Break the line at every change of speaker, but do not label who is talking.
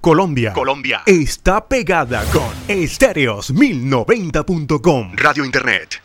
Colombia.
Colombia.
Está pegada con estéreos1090.com.
Radio Internet.